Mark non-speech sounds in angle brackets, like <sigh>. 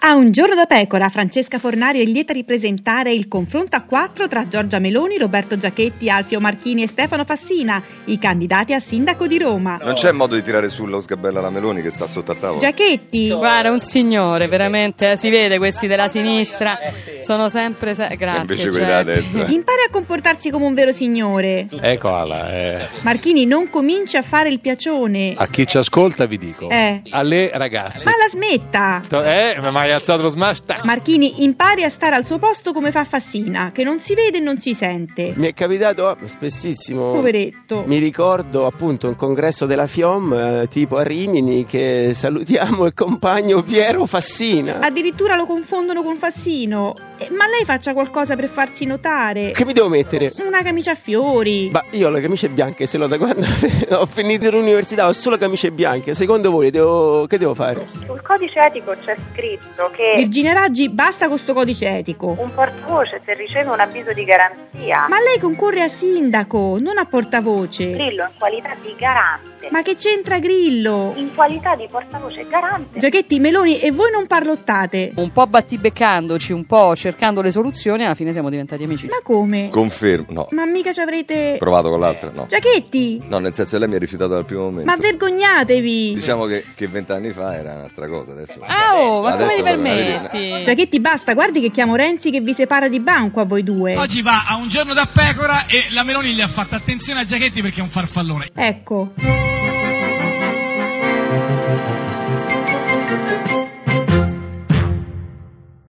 A un giorno da pecora, Francesca Fornario è lieta di presentare il confronto a quattro tra Giorgia Meloni, Roberto Giachetti, Alfio Marchini e Stefano Fassina, i candidati a sindaco di Roma. Non c'è modo di tirare sullo sgabella la Meloni che sta sotto al tavolo. Giachetti, Guarda, un signore, veramente, eh, si vede questi della sinistra, sono sempre... se- grazie, Eh, cioè. Invece eh. quelli della Geppi. destra. <laughs> impari a comportarsi come un vero signore. Eccola, eh. Marchini, non cominci a fare il piacione. Ah, a chi ci ascolta vi dico, Eh. alle ragazze, Ma la smetta! To- eh, ma hai alzato lo smash, tac. Marchini, impari a stare al suo posto come fa Fassina, che non si vede e non si sente. Mi è capitato eh, spessissimo. Poveretto. Mi ricordo appunto un congresso della FIOM, eh, tipo a Rimini, che salutiamo il compagno Piero Fassina. Addirittura lo confondono con Fassino. Eh, Ma lei faccia qualcosa per farsi notare. Che mi devo mettere? Una camicia a fiori. Ma io ho le camicie bianche, se no da quando <laughs> ho finito l'università ho solo camicie bianche. Secondo voi devo- che devo fare? Sul codice etico c'è scritto che Virginia Raggi, basta con sto codice etico. un portavoce se riceve un avviso di garanzia, Ma lei concorre a sindaco, non a portavoce. Grillo in qualità di garante, Ma che c'entra Grillo? in qualità di portavoce garante, Giachetti, Meloni e voi non parlottate. Un po' battibeccandoci, un po' cercando le soluzioni, alla fine siamo diventati amici. Ma come? Confermo. No, Ma mica ci avrete... provato con l'altra, no. Giachetti, No, nel senso che lei mi ha rifiutato dal primo momento. ma vergognatevi. Diciamo che che vent'anni fa era un'altra cosa, adesso. Ah, oh, ma come Adesso ti proprio, permetti? Giachetti, basta, guardi che chiamo Renzi che vi separa di banco a voi due. Oggi va a un giorno da pecora e la Meloni gli ha fatto attenzione a Giachetti perché è un farfallone. Ecco.